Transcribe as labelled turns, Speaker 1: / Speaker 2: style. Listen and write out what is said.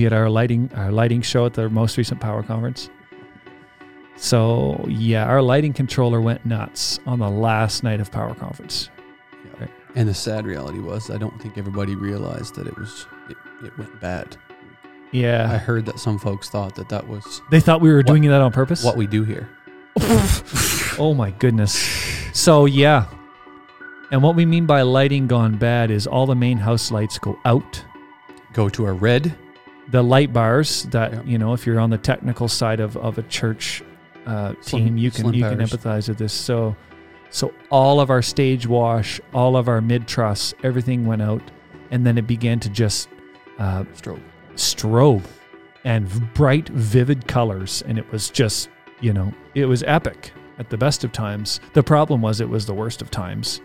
Speaker 1: We had our lighting our lighting show at the most recent power conference. So yeah, our lighting controller went nuts on the last night of power conference.
Speaker 2: And the sad reality was, I don't think everybody realized that it was it, it went bad. I
Speaker 1: Yeah,
Speaker 2: heard that some folks thought that that was
Speaker 1: they thought we were doing that on purpose.
Speaker 2: what we do here.
Speaker 1: Oh my goodness. So yeah. And what we mean by lighting gone bad is all the main house lights go out.
Speaker 2: Go to a red.
Speaker 1: The light bars that
Speaker 2: Yeah.
Speaker 1: you know, if you're on the technical side of, of a church uh,
Speaker 2: Slim-
Speaker 1: team, you can
Speaker 2: slim
Speaker 1: you can
Speaker 2: bars.
Speaker 1: empathize with this. So so all of our stage wash, all of our mid truss, everything went out, and then it began to just uh,
Speaker 2: Stroke.
Speaker 1: strobe and v- bright, vivid colors. And it was just, you know, it was epic at the best of times. The problem was it was the worst of times.